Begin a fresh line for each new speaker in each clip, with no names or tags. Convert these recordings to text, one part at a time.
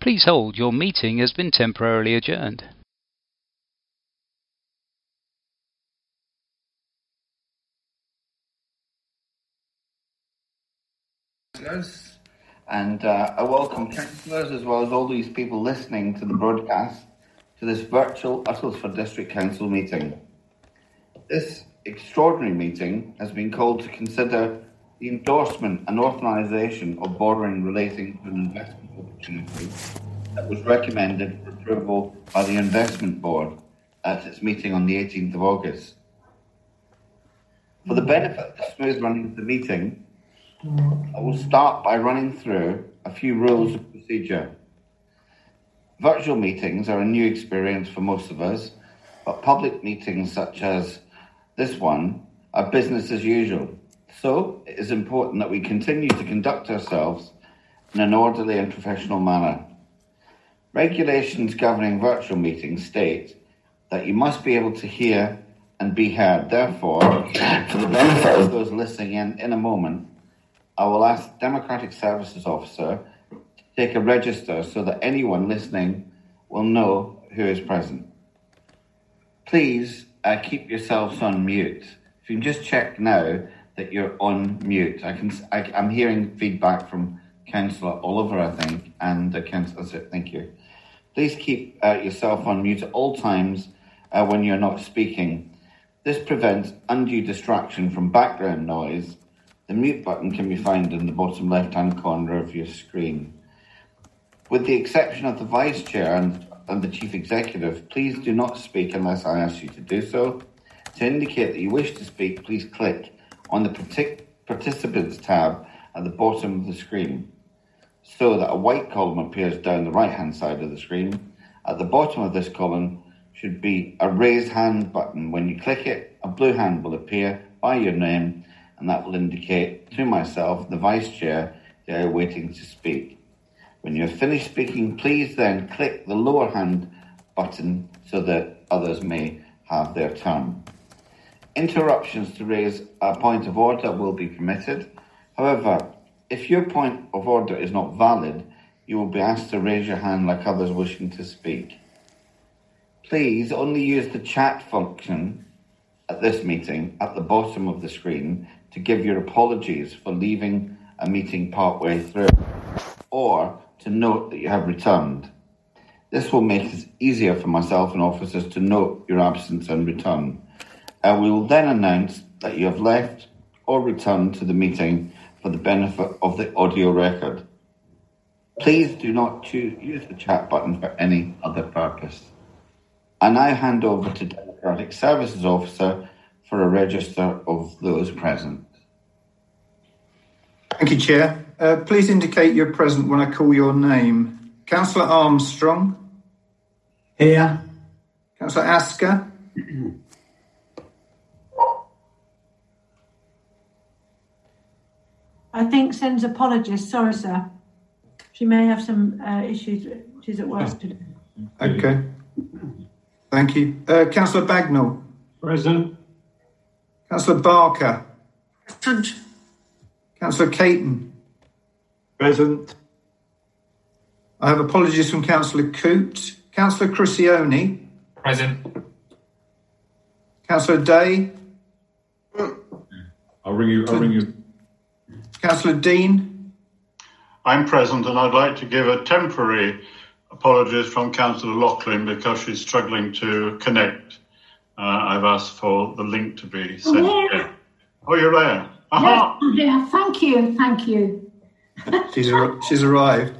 Please hold. Your meeting has been temporarily adjourned.
listeners and uh, I welcome councillors as well as all these people listening to the broadcast to this virtual Uttlesford District Council meeting. This extraordinary meeting has been called to consider the endorsement and authorisation of borrowing relating to an investment opportunity that was recommended for approval by the Investment Board at its meeting on the 18th of August. For the benefit of the smooth running of the meeting, I will start by running through a few rules of procedure. Virtual meetings are a new experience for most of us, but public meetings such as this one are business as usual. So it is important that we continue to conduct ourselves in an orderly and professional manner. Regulations governing virtual meetings state that you must be able to hear and be heard. Therefore, for the benefit of those listening in in a moment, I will ask Democratic Services Officer to take a register so that anyone listening will know who is present. Please uh, keep yourselves on mute. If you can just check now that you're on mute. I can. I, am hearing feedback from Councillor Oliver, I think, and uh, Councillor. Zip. Thank you. Please keep uh, yourself on mute at all times uh, when you're not speaking. This prevents undue distraction from background noise the mute button can be found in the bottom left hand corner of your screen. With the exception of the Vice Chair and, and, the Chief Executive, please do not speak unless I ask you to do so. To indicate that you wish to speak, please click on the partic- Participants tab at the bottom of the screen so that a white column appears down the right hand side of the screen. At the bottom of this column should be a raised hand button. When you click it, a blue hand will appear by your name and that will indicate to myself, the Vice Chair, they are waiting to speak. When you have finished speaking, please then click the lower hand button so that others may have their turn. Interruptions to raise a point of order will be permitted. However, if your point of order is not valid, you will be asked to raise your hand like others wishing to speak. Please only use the chat function at this meeting at the bottom of the screen to give your apologies for leaving a meeting partway through or to note that you have returned. This will make it easier for myself and officers to note your absence and return. Uh, we will then announce that you have left or returned to the meeting for the benefit of the audio record. Please do not choose, use the chat button for any other purpose. I now hand over to Democratic Services Officer for a register of those present.
Thank you, Chair. Uh, please indicate you're present when I call your name. Councillor Armstrong.
Here.
Councillor Asker.
I think sends apologies. Sorry, sir. She may have some uh, issues. She's at work today.
Okay. Thank you. Uh, Councillor Bagnall.
Present.
Councillor Barker.
Present.
Councillor Caton.
Present.
I have apologies from Councillor Coote. Councillor Crucioni.
Present.
Councillor Day.
I'll ring you. I'll ring you.
Councillor Dean.
I'm present and I'd like to give a temporary apologies from Councillor Loughlin because she's struggling to connect. Uh, I've asked for the link to be sent.
Oh,
oh you're there.
Aha. Yeah, thank you, thank you.
she's, ar- she's arrived.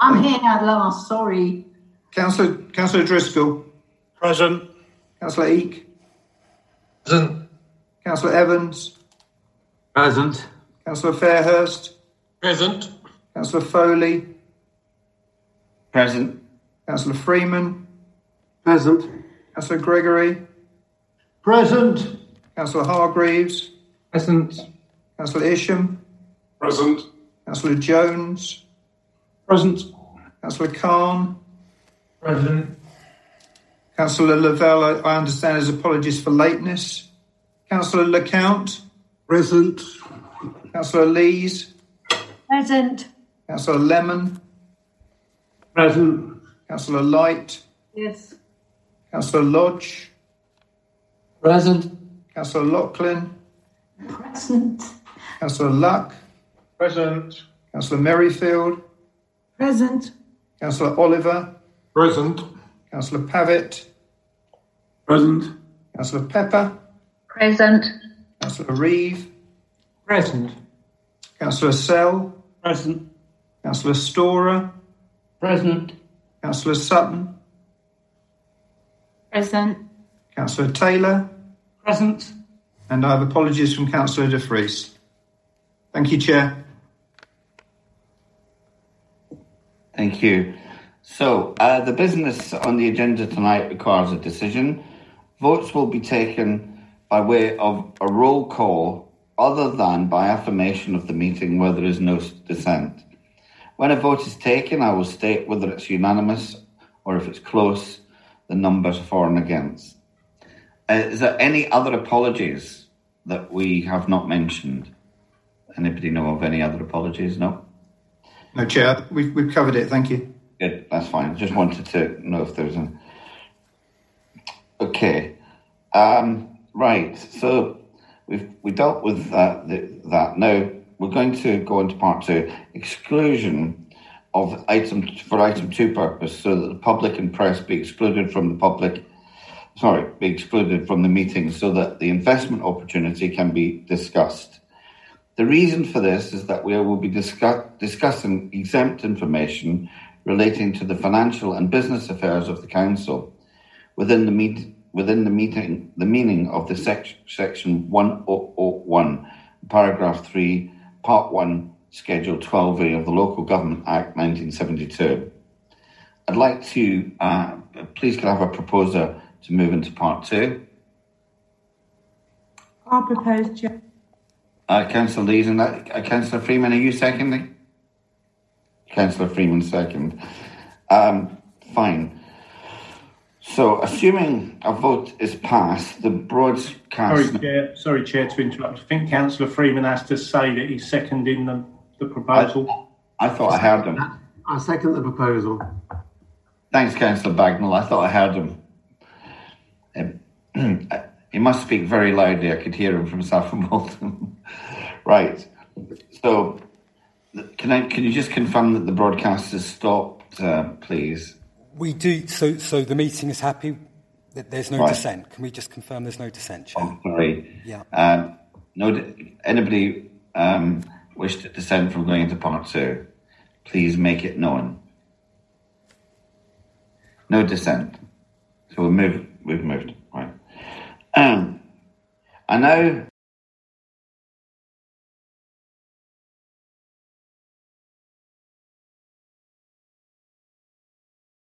I'm here at last, sorry.
Councillor, Councillor Driscoll.
Present.
Councillor Eek.
Present.
Councillor Evans.
Present.
Councillor Fairhurst.
Present.
Councillor Foley.
Present.
Councillor Freeman.
Present.
Councillor Gregory.
Present.
Councillor Hargreaves.
Present.
Councillor Isham.
Present.
Councillor Jones.
Present.
Councillor Khan.
Present.
Councillor Lavelle, I understand his apologies for lateness. Councillor LeCount.
Present.
Councillor Lees.
Present.
Councillor Lemon. Present. Councillor Light.
Yes.
Councillor Lodge. Present. Councillor Lachlan.
Present.
Councillor Luck. Present. Councillor Merrifield.
Present.
Councillor Oliver. Present. Councillor Pavitt. Present. Councillor Pepper.
Present.
Councillor Reeve. Present. Councillor Sell. Present. Councillor Storer. Present. Councillor Sutton.
Present.
Councillor Taylor. Present. And I have apologies from Councillor De Vries. Thank you, Chair.
Thank you. So, uh, the business on the agenda tonight requires a decision. Votes will be taken by way of a roll call other than by affirmation of the meeting where there is no s- dissent. When a vote is taken, I will state whether it's unanimous or if it's close, the numbers for and against. Uh, is there any other apologies that we have not mentioned? Anybody know of any other apologies? No?
No, Chair, we've, we've covered it. Thank you.
Good, that's fine. Just wanted to know if there's an. Okay, um, right. So we've we dealt with that. The, that now we're going to go into part two exclusion of item for item two purpose, so that the public and press be excluded from the public. Sorry, be excluded from the meeting, so that the investment opportunity can be discussed. The reason for this is that we will be discuss- discussing exempt information relating to the financial and business affairs of the council within the meet- within the meeting the meaning of the sec- section 1001 paragraph 3 part 1 schedule 12a of the local government act 1972 i'd like to uh, please could I have a proposer to move into part 2
I'll propose, Chair.
Uh, Councillor Lees and that, uh, Councillor Freeman, are you seconding? Councillor Freeman second. Um, fine. So, assuming a vote is passed, the broadcast.
Sorry, Chair. Sorry, Chair, to interrupt. I think Councillor Freeman has to say that he's seconding the, the
Uh,
proposal.
I thought I heard him.
I second the proposal.
Thanks, Councillor Bagnall. I thought I heard him. Um, he must speak very loudly. I could hear him from South Bolton. right. So, th- can I? Can you just confirm that the broadcast is stopped, uh, please?
We do, so, so the meeting is happy that there's no
Right.
dissent. Can we just confirm there's no dissent, Chair?
Sorry.
Yeah.
Um, no, d- anybody um, wish to dissent from going into part two, please make it known. No dissent. So we've moved. We've moved. Right. Um, I now